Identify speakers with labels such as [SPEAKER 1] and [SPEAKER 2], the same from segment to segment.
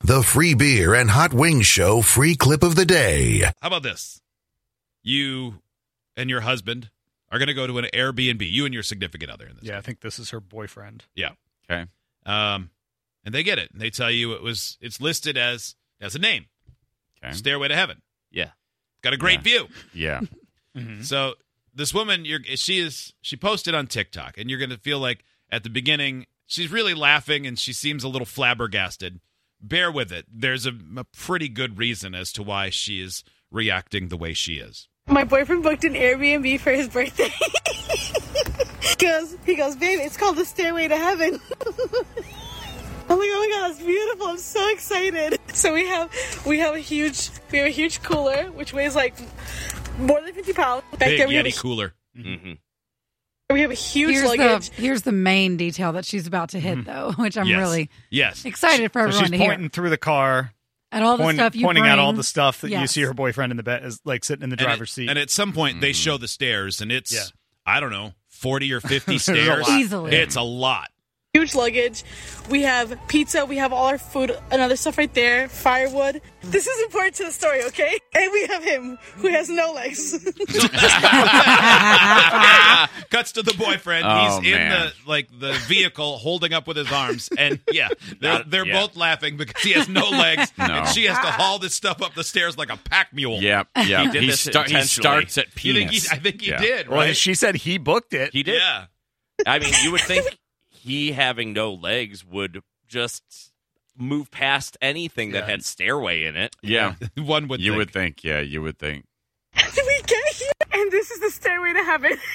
[SPEAKER 1] The Free Beer and Hot Wings Show free clip of the day.
[SPEAKER 2] How about this? You and your husband are going to go to an Airbnb. You and your significant other in this.
[SPEAKER 3] Yeah, I think this is her boyfriend.
[SPEAKER 2] Yeah.
[SPEAKER 4] Okay.
[SPEAKER 2] Um, and they get it. And they tell you it was it's listed as as a name,
[SPEAKER 4] Okay.
[SPEAKER 2] Stairway to Heaven.
[SPEAKER 4] Yeah.
[SPEAKER 2] Got a great
[SPEAKER 4] Yeah. Mm-hmm.
[SPEAKER 2] view.
[SPEAKER 4] Yeah.
[SPEAKER 2] So this woman, you're she is she posted on TikTok, and you're going to feel like at the beginning she's really laughing and she seems a little flabbergasted. Bear with it. There's a, a pretty good reason as to why she is reacting the way she is.
[SPEAKER 5] My boyfriend booked an Airbnb for his birthday. he goes, he goes, babe, it's called the Stairway to Heaven. I'm like, oh my god, that's beautiful! I'm so excited. So we have, we have a huge, we have a huge cooler which weighs like more than 50 pounds. Back
[SPEAKER 2] Big
[SPEAKER 5] there, we have,
[SPEAKER 2] Yeti
[SPEAKER 5] a,
[SPEAKER 2] cooler.
[SPEAKER 5] we have a huge
[SPEAKER 6] here's
[SPEAKER 5] luggage.
[SPEAKER 6] the here's the main detail that she's about to hit though, which I'm
[SPEAKER 2] Yes.
[SPEAKER 6] really
[SPEAKER 2] yes.
[SPEAKER 6] excited for
[SPEAKER 3] Mm-hmm. So
[SPEAKER 6] everyone
[SPEAKER 3] she's
[SPEAKER 6] to
[SPEAKER 3] pointing
[SPEAKER 6] hear.
[SPEAKER 3] through the car,
[SPEAKER 6] At all the
[SPEAKER 3] point-
[SPEAKER 6] stuff you
[SPEAKER 3] pointing out all
[SPEAKER 6] bring.
[SPEAKER 3] the stuff that you
[SPEAKER 6] Yes.
[SPEAKER 3] see her boyfriend in the bed, is like sitting in the
[SPEAKER 2] And
[SPEAKER 3] driver's
[SPEAKER 2] at-
[SPEAKER 3] seat.
[SPEAKER 2] And at some point, they show the stairs, and it's
[SPEAKER 3] Yeah.
[SPEAKER 2] I don't know, forty or fifty
[SPEAKER 3] a
[SPEAKER 2] stairs.
[SPEAKER 3] lot.
[SPEAKER 6] Easily.
[SPEAKER 2] it's a lot.
[SPEAKER 5] huge luggage. We have pizza, we have all our food and other stuff right there, firewood. This is important to the story, okay? And we have him, who has no legs.
[SPEAKER 2] Cuts to the boyfriend.
[SPEAKER 4] Oh,
[SPEAKER 2] He's in the
[SPEAKER 4] man.
[SPEAKER 2] like the vehicle, holding up with his arms, and yeah, they're,
[SPEAKER 4] Not-
[SPEAKER 2] they're
[SPEAKER 4] yeah.
[SPEAKER 2] both laughing because he has no legs,
[SPEAKER 4] No.
[SPEAKER 2] and she has to haul this stuff up the stairs like a pack mule.
[SPEAKER 4] Yeah. Yeah.
[SPEAKER 7] He did this
[SPEAKER 4] sta- he
[SPEAKER 7] intentionally.
[SPEAKER 4] starts at
[SPEAKER 2] you
[SPEAKER 4] penis.
[SPEAKER 2] think? He, I think he
[SPEAKER 4] Yeah.
[SPEAKER 2] did.
[SPEAKER 3] well,
[SPEAKER 2] Right?
[SPEAKER 3] she said he booked it.
[SPEAKER 7] He did.
[SPEAKER 2] Yeah.
[SPEAKER 7] I mean, you would think he having no legs would just move past anything that had stairway in it.
[SPEAKER 4] Yeah.
[SPEAKER 2] One would.
[SPEAKER 4] You
[SPEAKER 2] think.
[SPEAKER 4] would think. Yeah. You would think.
[SPEAKER 5] And we get here, and this is the stairway to heaven.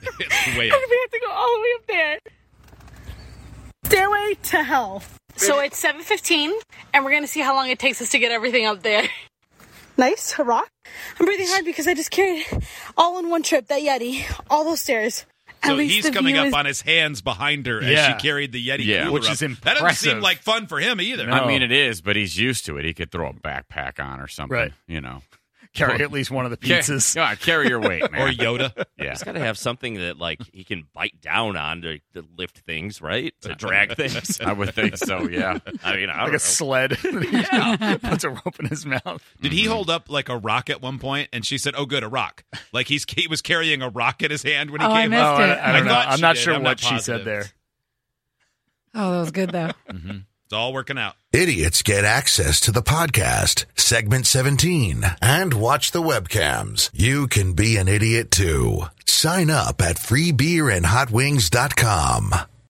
[SPEAKER 2] It's way up.
[SPEAKER 5] and we have to go all the way up there. Stairway to hell. So it's 7:15, and we're gonna see how long it takes us to get everything up there. Nice, hurrah! I'm breathing hard because I just carried all in one trip that Yeti, all those stairs. At
[SPEAKER 2] So
[SPEAKER 5] least
[SPEAKER 2] he's
[SPEAKER 5] the
[SPEAKER 2] coming
[SPEAKER 5] view
[SPEAKER 2] up
[SPEAKER 5] is-
[SPEAKER 2] on his hands behind her as
[SPEAKER 3] Yeah.
[SPEAKER 2] she carried the Yeti.
[SPEAKER 4] Yeah.
[SPEAKER 2] cooler
[SPEAKER 3] Which is
[SPEAKER 2] up. That doesn't seem
[SPEAKER 3] impressive.
[SPEAKER 2] like fun for him either.
[SPEAKER 3] No.
[SPEAKER 4] I mean, it is, but he's used to it. He could throw a backpack on or something.
[SPEAKER 3] Right.
[SPEAKER 4] You know.
[SPEAKER 3] Carry at least one of the pizzas.
[SPEAKER 4] Yeah, carry your weight, man.
[SPEAKER 2] Or Yoda.
[SPEAKER 4] yeah.
[SPEAKER 7] He's got to have something that like he can bite down on to, to lift things, right? To drag things.
[SPEAKER 4] I would think so. Yeah.
[SPEAKER 7] I mean, I
[SPEAKER 3] Like
[SPEAKER 7] don't
[SPEAKER 3] a
[SPEAKER 7] know.
[SPEAKER 3] sled. yeah. Puts a rope in his mouth.
[SPEAKER 2] Did he hold up like a rock at one point? And she said, "Oh, good, a rock." Like he's he was carrying a rock in his hand when he
[SPEAKER 6] Oh, I
[SPEAKER 2] came
[SPEAKER 6] missed
[SPEAKER 3] Oh,
[SPEAKER 2] up.
[SPEAKER 3] I,
[SPEAKER 6] it.
[SPEAKER 3] I don't know.
[SPEAKER 2] thought
[SPEAKER 3] I'm
[SPEAKER 2] she
[SPEAKER 3] not
[SPEAKER 2] did.
[SPEAKER 3] sure
[SPEAKER 2] I'm
[SPEAKER 3] what
[SPEAKER 2] not
[SPEAKER 3] she
[SPEAKER 2] positive.
[SPEAKER 3] said there.
[SPEAKER 6] Oh, that was good though.
[SPEAKER 2] It's all working out.
[SPEAKER 1] Idiots get access to the podcast, segment 17, and watch the webcams. You can be an idiot too. Sign up at freebeerandhotwings.com.